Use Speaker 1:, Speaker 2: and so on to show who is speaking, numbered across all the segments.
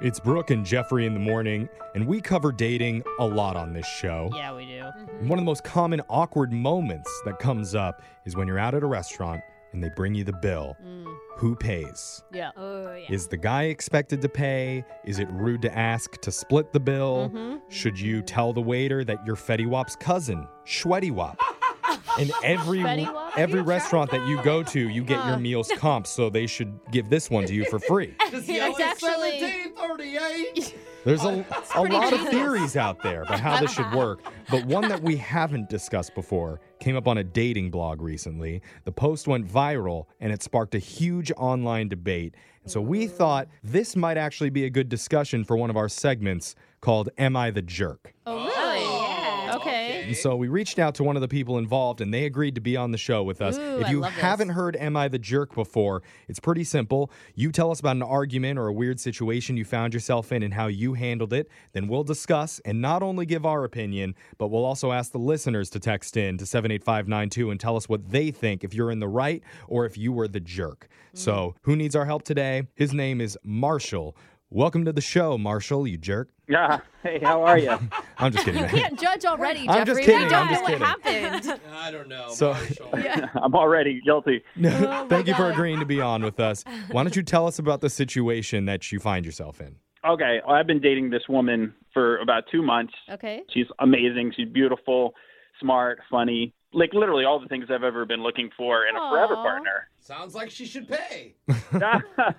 Speaker 1: It's Brooke and Jeffrey in the morning, and we cover dating a lot on this show.
Speaker 2: Yeah, we do.
Speaker 1: One of the most common awkward moments that comes up is when you're out at a restaurant and they bring you the bill. Who pays?
Speaker 2: Mm, Yeah.
Speaker 3: Oh yeah.
Speaker 1: Is the guy expected to pay? Is it rude to ask to split the bill?
Speaker 2: Mm-hmm.
Speaker 1: Should you tell the waiter that you're Fetty Wap's cousin, Shwetty Wap? And every
Speaker 2: Fetty Wap?
Speaker 1: every restaurant that you go to, you get your meals comped, so they should give this one to you for free.
Speaker 4: Just
Speaker 2: Yeah,
Speaker 4: yell
Speaker 2: it's actually-
Speaker 4: 1738.
Speaker 1: There's a, a
Speaker 2: Oh, pretty
Speaker 1: lot of
Speaker 2: genius.
Speaker 1: theories out there about how this should work, but one that we haven't discussed before came up on a dating blog recently. The post went viral and it sparked a huge online debate. And so we thought this might actually be a good discussion for one of our segments called Am I the Jerk?
Speaker 2: Oh, really?
Speaker 3: yeah.
Speaker 2: Okay.
Speaker 1: And so we reached out to one of the people involved and they agreed to be on the show with us.
Speaker 2: Ooh,
Speaker 1: if
Speaker 2: I
Speaker 1: you
Speaker 2: love this.
Speaker 1: haven't heard Am I the Jerk before, it's pretty simple. You tell us about an argument or a weird situation you found yourself in and how you handled it. Then we'll discuss and not only give our opinion, but we'll also ask the listeners to text in to 78592 and tell us what they think if you're in the right or if you were the jerk.
Speaker 2: Mm.
Speaker 1: So who needs our help today? His name is Marshall. Welcome to the show, Marshall, you jerk.
Speaker 5: Yeah. Hey, how are you?
Speaker 1: I'm just kidding. man.
Speaker 2: Can't judge already,
Speaker 1: I'm
Speaker 2: Jeffrey.
Speaker 1: just
Speaker 2: We
Speaker 1: kidding,
Speaker 2: don't
Speaker 1: I'm
Speaker 2: know
Speaker 1: just
Speaker 2: what
Speaker 1: kidding.
Speaker 2: happened.
Speaker 4: I don't know.
Speaker 1: So-
Speaker 4: Marshall.
Speaker 5: I'm already guilty.
Speaker 1: No, thank you for agreeing to be on with us. Why don't you tell us about the situation that you find yourself in?
Speaker 5: Okay, well, I've been dating this woman for about two months.
Speaker 2: okay.
Speaker 5: She's amazing. She's beautiful, smart, funny. Like literally all the things I've ever been looking for in a forever
Speaker 2: Aw.
Speaker 5: partner.
Speaker 4: Sounds like she should pay.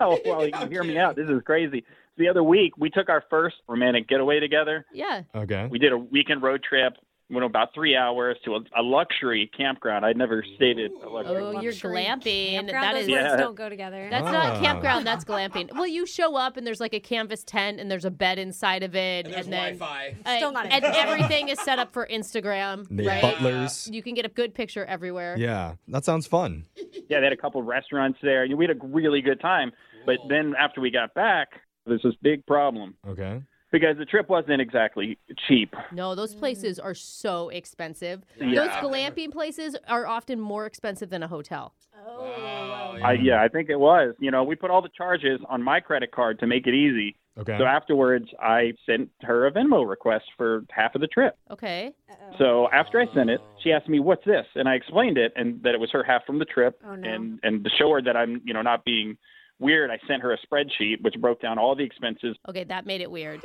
Speaker 5: well, you can hear me out. This is crazy. The other week, we took our first romantic getaway together.
Speaker 2: Yeah.
Speaker 1: Okay.
Speaker 5: We did a weekend road trip. Went about three hours to a, a luxury campground. I'd never stayed at a luxury.
Speaker 2: Oh,
Speaker 3: Luxury
Speaker 2: you're glamping.
Speaker 3: Campground,
Speaker 2: That
Speaker 3: those
Speaker 2: is.
Speaker 5: Yeah.
Speaker 3: words don't go together.
Speaker 2: That's
Speaker 1: Ah.
Speaker 2: not campground. That's glamping. Well, you show up and there's like a canvas tent and there's a bed inside of it,
Speaker 4: And there's
Speaker 2: then
Speaker 4: Wi-Fi.
Speaker 2: uh,
Speaker 3: Still not it.
Speaker 2: and everything is set up for Instagram.
Speaker 1: The
Speaker 2: right?
Speaker 1: butlers.
Speaker 2: You can get a good picture everywhere.
Speaker 1: Yeah, that sounds fun.
Speaker 5: yeah, they had a couple restaurants there. We had a really good time. But then after we got back, there's this big problem
Speaker 1: Okay.
Speaker 5: because the trip wasn't exactly cheap.
Speaker 2: No, those places are so expensive.
Speaker 5: Yeah.
Speaker 2: Those glamping places are often more expensive than a hotel.
Speaker 3: Oh.
Speaker 4: Wow,
Speaker 5: I, yeah, I think it was. You know, we put all the charges on my credit card to make it easy.
Speaker 1: Okay.
Speaker 5: So afterwards, I sent her a Venmo request for half of the trip.
Speaker 2: Okay.
Speaker 3: Oh.
Speaker 5: So after I sent it, she asked me, "What's this?" And I explained it, and that it was her half from the trip.
Speaker 3: Oh, no.
Speaker 5: And and to show her that I'm, you know, not being weird, I sent her a spreadsheet which broke down all the expenses
Speaker 2: Okay, that made it weird.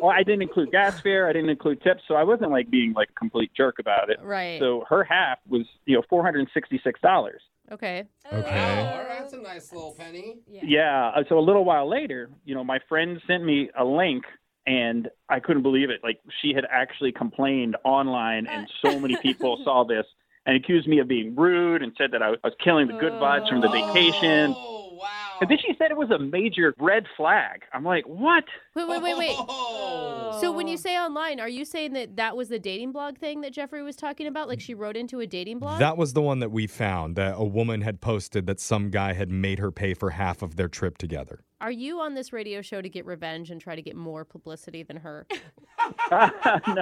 Speaker 5: Well, I didn't include gas fare. I didn't include tips, so I wasn't like being like a complete jerk about it.
Speaker 2: Right.
Speaker 5: So her half was, you know, four hundred and sixty-six dollars.
Speaker 2: Okay.
Speaker 3: Oh,
Speaker 1: Okay.
Speaker 4: Wow, all right, that's a nice little penny.
Speaker 5: Yeah. uh, So a little while later, you know, my friend sent me a link, and I couldn't believe it. Like she had actually complained online, and so many people saw this and accused me of being rude and said that I was killing the good vibes from the vacation.
Speaker 4: Oh, wow.
Speaker 5: And then she said it was a major red flag. I'm like, what?
Speaker 2: Wait, wait, wait, wait.
Speaker 4: Oh.
Speaker 2: So when you say online, are you saying that that was the dating blog thing that Jeffrey was talking about? Like she wrote into a dating blog?
Speaker 1: That was the one that we found that a woman had posted that some guy had made her pay for half of their trip together.
Speaker 2: are you on this radio show to get revenge and try to get more publicity than her?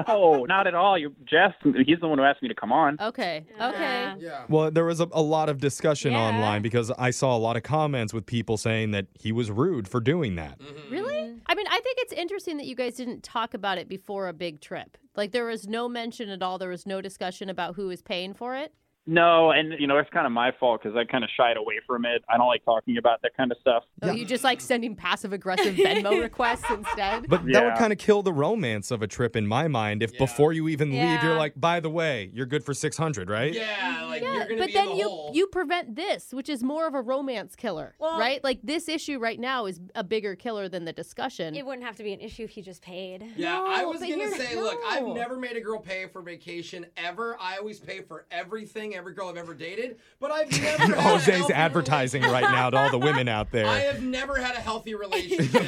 Speaker 5: no, not at all. You, Jeff, he's the one who asked me to come on.
Speaker 2: Okay. Okay.
Speaker 3: Yeah.
Speaker 4: Yeah.
Speaker 1: Well, there was a, a lot of discussion
Speaker 3: Yeah.
Speaker 1: online because I saw a lot of comments with people saying that he was rude for doing that.
Speaker 4: Mm-hmm.
Speaker 3: Mm-hmm.
Speaker 2: Really? I mean, I think it's interesting that you guys didn't talk about it before a big trip. Like there was no mention at all. There was no discussion about who is paying for it.
Speaker 5: No, and you know it's kind of my fault because I kind of shied away from it. I don't like talking about that kind of stuff.
Speaker 2: Are you just like sending passive aggressive Venmo requests instead?
Speaker 1: But that would
Speaker 5: Yeah.
Speaker 1: kind of kill the romance of a trip in my mind if
Speaker 4: Yeah.
Speaker 1: before you even leave, you're
Speaker 3: Yeah.
Speaker 1: like, by the way, you're good for 600, right?
Speaker 4: Yeah, like
Speaker 2: Yeah,
Speaker 4: you're gonna
Speaker 2: but
Speaker 4: be
Speaker 2: then
Speaker 4: in the
Speaker 2: you
Speaker 4: hole.
Speaker 2: you prevent this, which is more of a romance killer,
Speaker 3: Well-
Speaker 2: right? Like this issue right now is a bigger killer than the discussion.
Speaker 3: It wouldn't have to be an issue if he just paid.
Speaker 4: Yeah, I
Speaker 2: No,
Speaker 4: was
Speaker 2: but
Speaker 4: gonna
Speaker 2: you're-
Speaker 4: say, look, I've
Speaker 2: no.
Speaker 4: never made a girl pay for vacation ever. I always pay for everything, every girl I've ever dated. But I've never had a
Speaker 1: Jose's
Speaker 4: healthy
Speaker 1: advertising right now to all the women out there.
Speaker 4: rela- I have never had a healthy relationship,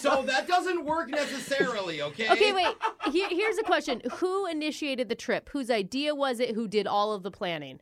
Speaker 4: so that doesn't work necessarily. Okay.
Speaker 2: okay, wait. Here, here's a question: Who initiated the trip? Whose idea was it? Who did all of the planning?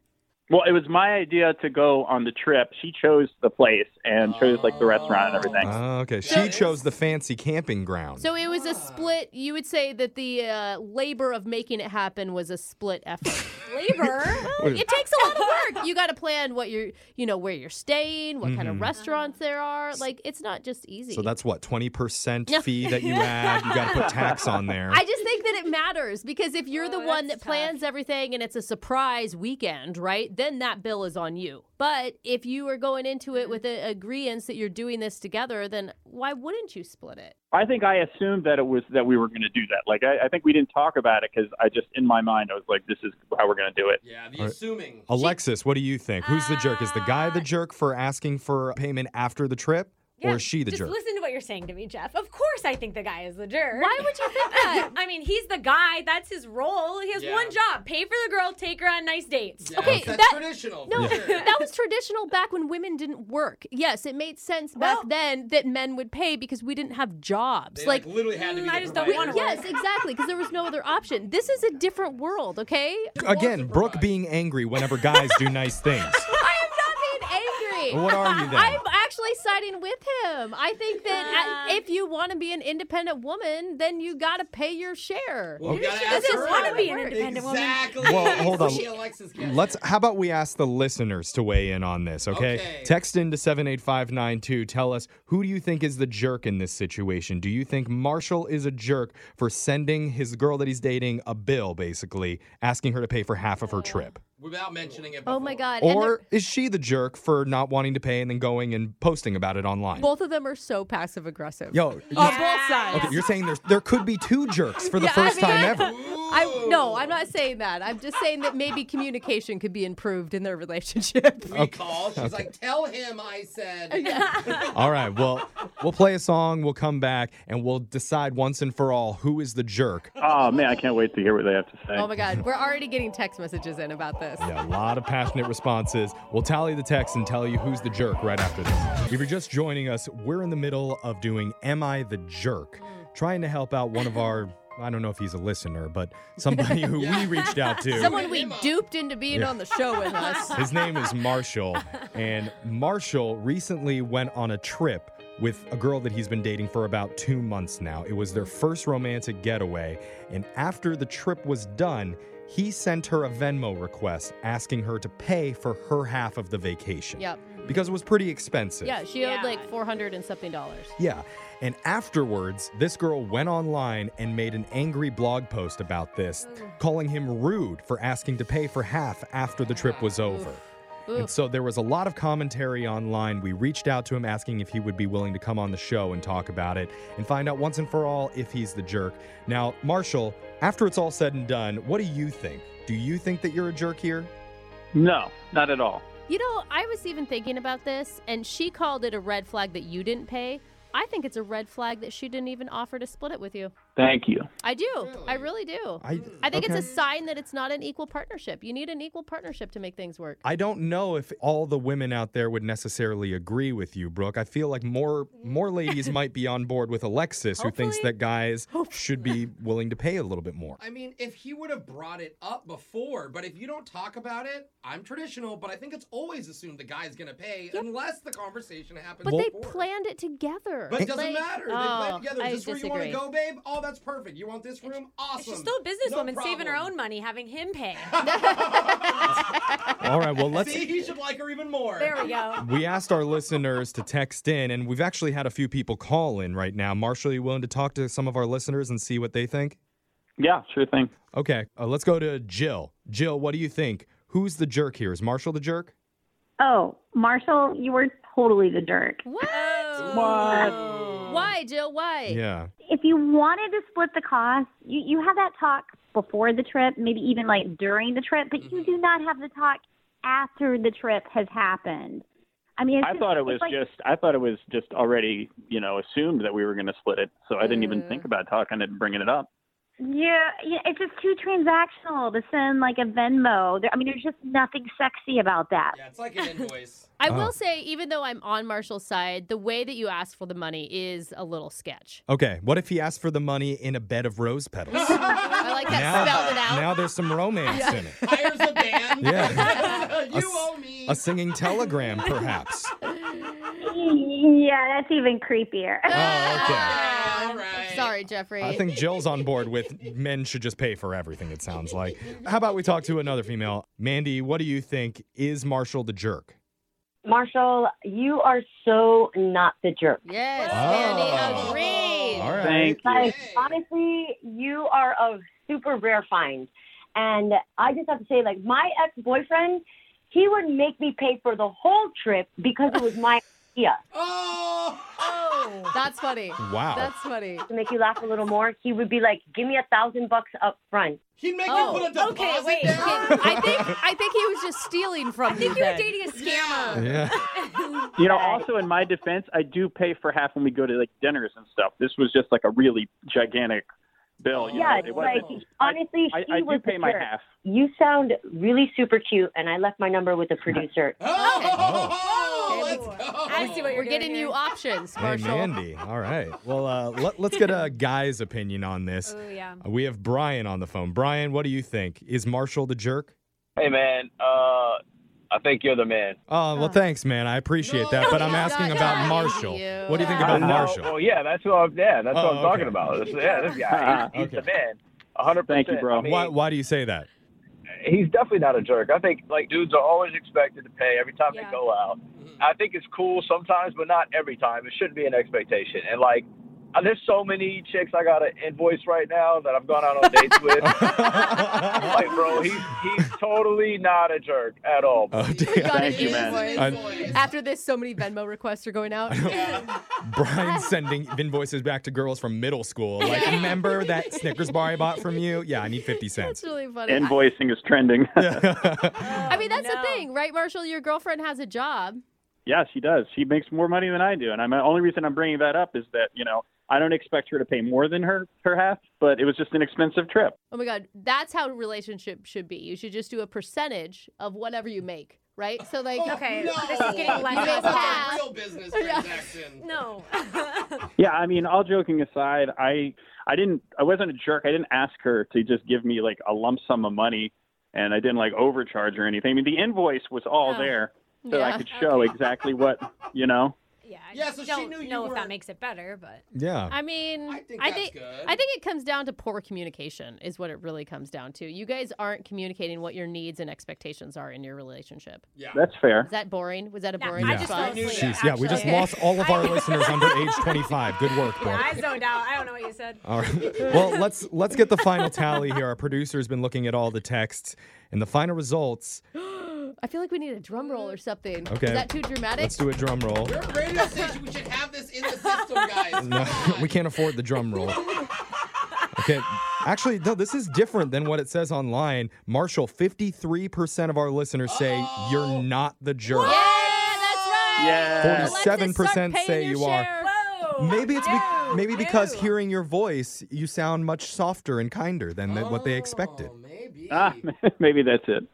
Speaker 5: Well, it was my idea to go on the trip. She chose the place and chose like the restaurant and everything.
Speaker 1: Oh, okay.
Speaker 2: So
Speaker 1: She chose the fancy camping ground.
Speaker 2: So it was
Speaker 4: Ah.
Speaker 2: a split. You would say that the uh, labor of making it happen was a split effort.
Speaker 3: Labor.
Speaker 1: What is-
Speaker 2: it takes a lot of work. You got to plan what you're, you know, where you're staying, what kind of
Speaker 4: Mm-hmm.
Speaker 1: Mhm.
Speaker 2: restaurants there are. Like it's not just easy.
Speaker 1: So that's what, 20%
Speaker 2: Yeah.
Speaker 1: fee that you add? You got to put tax on there.
Speaker 2: I just think that it matters because if you're the
Speaker 3: Oh,
Speaker 2: one that
Speaker 3: that's
Speaker 2: plans everything and it's a surprise weekend, right? Then that bill is on you. But if you are going into
Speaker 3: Mm-hmm.
Speaker 2: it with an agreement that you're doing this together, then why wouldn't you split it?
Speaker 5: I think I assumed that it was that we were going to do that. Like I, I think we didn't talk about it because I just in my mind I was like, this is how we're going to do it.
Speaker 4: Yeah, the
Speaker 1: All right.
Speaker 4: assuming.
Speaker 1: Alexis, what do you think? Who's the jerk? Is the guy the
Speaker 3: Uh,
Speaker 1: jerk for asking for payment after the trip?
Speaker 3: Yeah,
Speaker 1: or is she the
Speaker 3: just
Speaker 1: jerk?
Speaker 3: listen to what you're saying to me, Jeff. Of course, I think the guy is the jerk. Uh,
Speaker 2: Why would you think that?
Speaker 3: I mean, he's the guy. That's his role. He has
Speaker 4: Yeah.
Speaker 3: one job: pay for the girl, take her on nice dates.
Speaker 4: Yeah,
Speaker 2: Okay,
Speaker 4: that's
Speaker 2: that-
Speaker 4: traditional. for
Speaker 2: No,
Speaker 4: sure.
Speaker 2: that was traditional back when women didn't work. Yes, it made sense back
Speaker 3: Well-
Speaker 2: then that men would pay because we didn't have jobs.
Speaker 4: They,
Speaker 2: Like,
Speaker 4: like, literally had to be.
Speaker 3: mm, I
Speaker 4: the
Speaker 3: just don't
Speaker 4: providers.
Speaker 3: wanna work.
Speaker 2: yes, exactly, because there was no other option. This is a different world, okay?
Speaker 4: Who
Speaker 1: Again,
Speaker 4: wants to
Speaker 1: Brooke
Speaker 4: provide?
Speaker 1: being angry whenever guys do nice things.
Speaker 2: I am not being angry.
Speaker 1: What are you then?
Speaker 2: I'm actually siding with him. I think that uh, if you want to be an independent woman, then you got to pay your share.
Speaker 4: Well, we
Speaker 3: Maybe
Speaker 4: gotta
Speaker 3: she
Speaker 4: ask
Speaker 3: doesn't
Speaker 4: her.
Speaker 3: wanna be an independent woman.
Speaker 4: exactly.
Speaker 1: Well, hold on.
Speaker 4: See, Alexis gets it.
Speaker 1: Let's how about we ask the listeners to weigh in on this, okay?
Speaker 4: Okay.
Speaker 1: Text into 78592. Tell us who do you think is the jerk in this situation? Do you think Marshall is a jerk for sending his girl that he's dating a bill basically, asking her to pay for half of her trip?
Speaker 4: without mentioning it. Before.
Speaker 2: oh my God! and
Speaker 1: Or
Speaker 2: they're-
Speaker 1: is she the jerk for not wanting to pay and then going and posting about it online?
Speaker 2: both of them are so passive aggressive.
Speaker 1: Yo,
Speaker 2: on
Speaker 1: you-
Speaker 2: both sides.
Speaker 1: okay, you're saying there's, there could be two jerks for the
Speaker 2: Yeah, I
Speaker 1: first
Speaker 2: mean-
Speaker 1: time ever.
Speaker 2: I no, I'm not saying that. I'm just saying that maybe communication could be improved in their relationship.
Speaker 4: We call. She's like, "Tell him I said."
Speaker 1: All right, well, we'll play a song, we'll come back, and we'll decide once and for all who is the jerk.
Speaker 5: Oh man, I can't wait to hear what they have to say.
Speaker 2: Oh my God, we're already getting text messages in about this.
Speaker 1: Yeah, a lot of passionate responses. We'll tally the text and tell you who's the jerk right after this. If you're just joining us, we're in the middle of doing Am I the Jerk? Trying to help out one of our, I don't know if he's a listener, but somebody who we reached out to.
Speaker 2: Someone we duped into being
Speaker 1: Yeah.
Speaker 2: on the show with us.
Speaker 1: His name is Marshall, and Marshall recently went on a trip with a girl that he's been dating for about two months now. It was their first romantic getaway, and after the trip was done, he sent her a Venmo request asking her to pay for her half of the vacation.
Speaker 2: Yep.
Speaker 1: Because it was pretty expensive.
Speaker 2: Yeah, she owed
Speaker 3: Yeah.
Speaker 2: like 400 and something dollars.
Speaker 1: Yeah. And afterwards, this girl went online and made an angry blog post about this, calling him rude for asking to pay for half after the trip was over. And
Speaker 2: Oof.
Speaker 1: so there was a lot of commentary online. We reached out to him asking if he would be willing to come on the show and talk about it and find out once and for all if he's the jerk. Now, Marshall, after it's all said and done, what do you think? Do you think that you're a jerk here?
Speaker 5: No, not at all.
Speaker 2: You know, I was even thinking about this, and she called it a red flag that you didn't pay. I think it's a red flag that she didn't even offer to split it with you.
Speaker 5: Thank you.
Speaker 2: I do. I really do. I, think
Speaker 1: okay.
Speaker 2: it's a sign that it's not an equal partnership. You need an equal partnership to make things work.
Speaker 1: I don't know if all the women out there would necessarily agree with you, Brooke. I feel like more more ladies might be on board with Alexis, who thinks
Speaker 3: Mm-hmm. Hopefully.
Speaker 1: that guys should be willing to pay a little bit more.
Speaker 4: I mean, if he would have brought it up before, but if you don't talk about it, I'm traditional, but I think it's always assumed the guy's gonna pay unless the conversation happens.
Speaker 2: but they
Speaker 4: before.
Speaker 2: planned it together.
Speaker 4: But it doesn't
Speaker 2: Like-
Speaker 4: matter. They
Speaker 2: Oh,
Speaker 4: planned together.
Speaker 2: I
Speaker 4: Is this where you want to
Speaker 2: disagree.
Speaker 4: go, babe? Oh, that's perfect. You want this room? Awesome.
Speaker 3: She's still a businesswoman
Speaker 4: No
Speaker 3: saving her
Speaker 4: problem.
Speaker 3: own money, having him pay.
Speaker 1: All right, well, let's
Speaker 4: See, he should like her even more.
Speaker 3: there we go.
Speaker 1: we asked our listeners to text in, and we've actually had a few people call in right now. Marshall, you willing to talk to some of our listeners and see what they think?
Speaker 5: Yeah, sure thing.
Speaker 1: Okay, uh, let's go to Jill. Jill, what do you think? Who's the jerk here? Is Marshall the jerk?
Speaker 6: Oh, Marshall, you were totally the jerk.
Speaker 2: What?
Speaker 3: Oh.
Speaker 2: Why, Jill? Why?
Speaker 1: Yeah.
Speaker 6: If you wanted to split the cost, you, you had that talk before the trip, maybe even like during the trip, but
Speaker 5: Mm-hmm.
Speaker 6: you do not have the talk after the trip has happened. I mean, it's
Speaker 5: I
Speaker 6: just-
Speaker 5: thought it
Speaker 6: it's
Speaker 5: was
Speaker 6: like-
Speaker 5: just I thought it was just already, you know, assumed that we were going to split it. So I didn't even
Speaker 6: Mm.
Speaker 5: think about talking and bringing it up.
Speaker 6: yeah, yeah, it's just too transactional to send like a Venmo. There, I mean, there's just nothing sexy about that.
Speaker 4: Yeah, it's like an invoice.
Speaker 2: I
Speaker 1: Oh.
Speaker 2: will say, even though I'm on Marshall's side, the way that you ask for the money is a little sketch.
Speaker 1: Okay, what if he asked for the money in a bed of rose petals?
Speaker 2: I like that
Speaker 1: Now-
Speaker 2: spelled it out.
Speaker 1: Now there's some romance in it.
Speaker 4: Hires a band.
Speaker 1: Yeah. a,
Speaker 4: you
Speaker 1: s-
Speaker 4: owe me.
Speaker 1: a singing telegram, perhaps.
Speaker 6: Yeah, that's even creepier.
Speaker 1: Oh, okay.
Speaker 4: All right.
Speaker 2: Sorry, Jeffrey.
Speaker 1: I think Jill's on board with men should just pay for everything, it sounds like. How about we talk to another female? Mandy, what do you think? Is Marshall the jerk?
Speaker 7: Marshall, you are so not the jerk.
Speaker 2: yes,
Speaker 1: Oh.
Speaker 2: Mandy, agreed.
Speaker 1: All right.
Speaker 5: Thank you.
Speaker 7: Like, honestly, you are a super rare find. And I just have to say, like, my ex boyfriend, he would make me pay for the whole trip because it was my idea.
Speaker 4: Oh.
Speaker 2: Oh, that's funny.
Speaker 1: Wow.
Speaker 2: That's funny.
Speaker 7: To make you laugh a little more, he would be like, give me a thousand bucks up front.
Speaker 4: He'd make
Speaker 2: Oh,
Speaker 4: you put a deposit
Speaker 3: okay, wait,
Speaker 4: down.
Speaker 2: I think I think he was just stealing from
Speaker 3: I think you were dating a scammer.
Speaker 1: yeah.
Speaker 5: You know, also in my defense, I do pay for half when we go to like dinners and stuff. This was just like a really gigantic bill. You
Speaker 7: Yeah,
Speaker 5: know, it
Speaker 7: like,
Speaker 5: wasn't.
Speaker 7: honestly,
Speaker 5: I,
Speaker 7: he
Speaker 5: I do
Speaker 7: was the
Speaker 5: pay my
Speaker 7: jerk.
Speaker 5: half.
Speaker 7: You sound really super cute, and I left my number with the producer.
Speaker 4: Oh,
Speaker 2: Okay.
Speaker 4: let's
Speaker 2: Okay.
Speaker 4: go.
Speaker 3: I see what
Speaker 2: We're
Speaker 3: you're
Speaker 2: getting you options,
Speaker 1: Hey,
Speaker 2: Marshall.
Speaker 1: Mandy. All right. Well, uh, let, let's get a guy's opinion on this. Uh,
Speaker 3: Oh yeah.
Speaker 1: We have Brian on the phone. Brian, what do you think? Is Marshall the jerk?
Speaker 8: Hey man, uh, I think you're the man.
Speaker 1: Oh, well, thanks, man. I appreciate
Speaker 4: No,
Speaker 1: that. But I'm
Speaker 2: he's
Speaker 1: asking
Speaker 2: not
Speaker 1: about
Speaker 2: talking
Speaker 1: Marshall.
Speaker 2: to you.
Speaker 1: What do you think
Speaker 8: Uh,
Speaker 1: about
Speaker 8: no,
Speaker 1: Marshall?
Speaker 8: Well, yeah, that's who I'm. Yeah, that's
Speaker 1: Oh,
Speaker 8: what I'm talking
Speaker 1: okay.
Speaker 8: about. This, yeah, this guy, he's, he's the
Speaker 1: Okay.
Speaker 8: man. 100.
Speaker 5: Thank you, bro.
Speaker 8: I mean,
Speaker 1: Why, why do you say that?
Speaker 8: he's definitely not a jerk. I think like dudes are always expected to pay every time
Speaker 3: Yeah.
Speaker 8: they go out.
Speaker 1: Mm-hmm.
Speaker 8: I think it's cool sometimes, but not every time. It shouldn't be an expectation. And like, uh, there's so many chicks I got an invoice right now that I've gone out on dates with.
Speaker 1: Oh,
Speaker 8: I'm like, bro, he's he's totally not a jerk at all. bro.
Speaker 1: Oh,
Speaker 2: We got
Speaker 5: Thank
Speaker 2: an
Speaker 5: you, man.
Speaker 2: invoice.
Speaker 1: I'm-
Speaker 2: After this, so many Venmo requests are going out.
Speaker 1: Brian's sending invoices back to girls from middle school. Like, remember that Snickers bar I bought from you? Yeah, I need 50
Speaker 2: That's
Speaker 1: cents.
Speaker 2: really funny. I-
Speaker 5: Invoicing is trending.
Speaker 2: I mean, that's the
Speaker 3: No.
Speaker 2: thing, right, Marshall? Your girlfriend has a job.
Speaker 5: yeah, she does. She makes more money than I do, and I'm, the only reason I'm bringing that up is that you know I don't expect her to pay more than her her half, but it was just an expensive trip.
Speaker 2: Oh my God, that's how a relationship should be. You should just do a percentage of whatever you make, right? So like,
Speaker 3: Okay,
Speaker 4: Oh, No.
Speaker 3: this is getting less
Speaker 4: That's
Speaker 2: out of
Speaker 4: a
Speaker 2: hand.
Speaker 4: real business transaction.
Speaker 3: No.
Speaker 5: Yeah, I mean, all joking aside, I I didn't I wasn't a jerk. I didn't ask her to just give me like a lump sum of money, and I didn't like overcharge or anything. I mean, the invoice was all
Speaker 2: Oh.
Speaker 5: there, so
Speaker 2: Yeah.
Speaker 5: I could show exactly what you know.
Speaker 3: yeah. I
Speaker 4: Yeah, so she
Speaker 3: don't
Speaker 4: knew you
Speaker 3: know if
Speaker 4: were-
Speaker 3: that makes it better, but
Speaker 1: yeah.
Speaker 2: I mean,
Speaker 4: I think
Speaker 2: I
Speaker 4: that's
Speaker 2: think
Speaker 4: good.
Speaker 2: I think it comes down to poor communication is what it really comes down to. You guys aren't communicating what your needs and expectations are in your relationship.
Speaker 4: Yeah.
Speaker 5: That's fair.
Speaker 2: Is that boring? Was that a
Speaker 3: Nah,
Speaker 2: boring
Speaker 1: I
Speaker 2: response?
Speaker 1: just
Speaker 3: fell asleep.
Speaker 4: Jeez,
Speaker 1: Jeez, yeah, we just
Speaker 3: actually.
Speaker 1: lost all of our listeners under age 25. Good work, bro.
Speaker 3: I zoned out. I don't know what you said.
Speaker 1: All right. Well, let's let's get the final tally here. Our producer's been looking at all the texts and the final results.
Speaker 2: I feel like we need a drum roll or something.
Speaker 1: Okay.
Speaker 2: Is that too dramatic?
Speaker 1: Let's do a drum roll.
Speaker 4: We're a radio station. We should have this in the system, guys.
Speaker 1: No, we can't afford the drum roll. Okay. Actually, no, this is different than what it says online. Marshall, 53% of our listeners say you're not the jerk.
Speaker 2: yeah, that's right.
Speaker 5: Yeah.
Speaker 1: Forty- 7%
Speaker 2: Alexis, start
Speaker 1: say
Speaker 2: paying
Speaker 1: you
Speaker 2: your
Speaker 1: are.
Speaker 2: share.
Speaker 3: Whoa.
Speaker 1: Maybe it's be-
Speaker 3: No,
Speaker 1: maybe because
Speaker 3: no.
Speaker 1: hearing your voice, you sound much softer and kinder than the- what they expected.
Speaker 4: Oh, maybe.
Speaker 5: Ah, maybe that's it.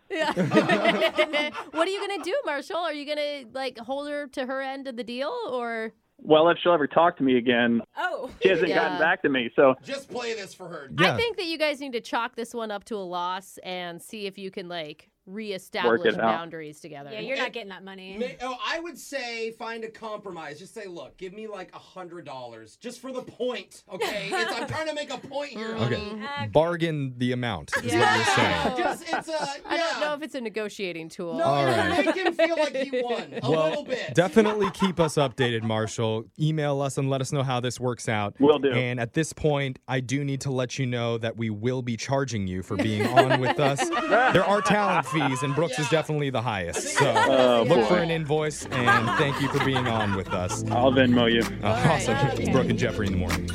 Speaker 2: Yeah. what are you gonna do, Marshall? Are you gonna like hold her to her end of the deal, or
Speaker 5: Well, if she'll ever talk to me again,
Speaker 3: Oh.
Speaker 5: she hasn't
Speaker 2: Yeah.
Speaker 5: gotten back to me. So
Speaker 4: Just play this for
Speaker 3: Mm-hmm.
Speaker 4: her.
Speaker 1: Yeah.
Speaker 2: I think that you guys need to chalk this one up to a loss and see if you can like reestablish
Speaker 5: Work it out.
Speaker 2: boundaries together.
Speaker 3: Yeah, you're not getting that
Speaker 4: Ma-
Speaker 3: money.
Speaker 4: Oh, I would say find a compromise. Just say, look, give me like a hundred dollars just for the point, okay? it's, I'm trying to make a point here.
Speaker 1: Mm. Okay.
Speaker 4: honey.
Speaker 3: Uh,
Speaker 1: Bargain the amount is what you're saying.
Speaker 4: Yeah, just it's a yeah.
Speaker 2: I don't know if it's a negotiating tool.
Speaker 4: no,
Speaker 1: All
Speaker 4: you
Speaker 1: right.
Speaker 4: make him feel like he won a
Speaker 1: Well,
Speaker 4: little bit.
Speaker 1: Definitely keep us updated, Marshall. Email us and let us know how this works out.
Speaker 5: Will do.
Speaker 1: And at this point, I do need to let you know that we will be charging you for being on with us. There are talent fees, and Brooks is
Speaker 4: Yeah.
Speaker 1: definitely the highest. So
Speaker 4: think-
Speaker 5: Oh,
Speaker 1: look
Speaker 5: boy.
Speaker 1: for an invoice, and thank you for being on with us.
Speaker 5: I'll Venmo you.
Speaker 1: Uh, awesome. It's Brooke and Jeffrey in the morning.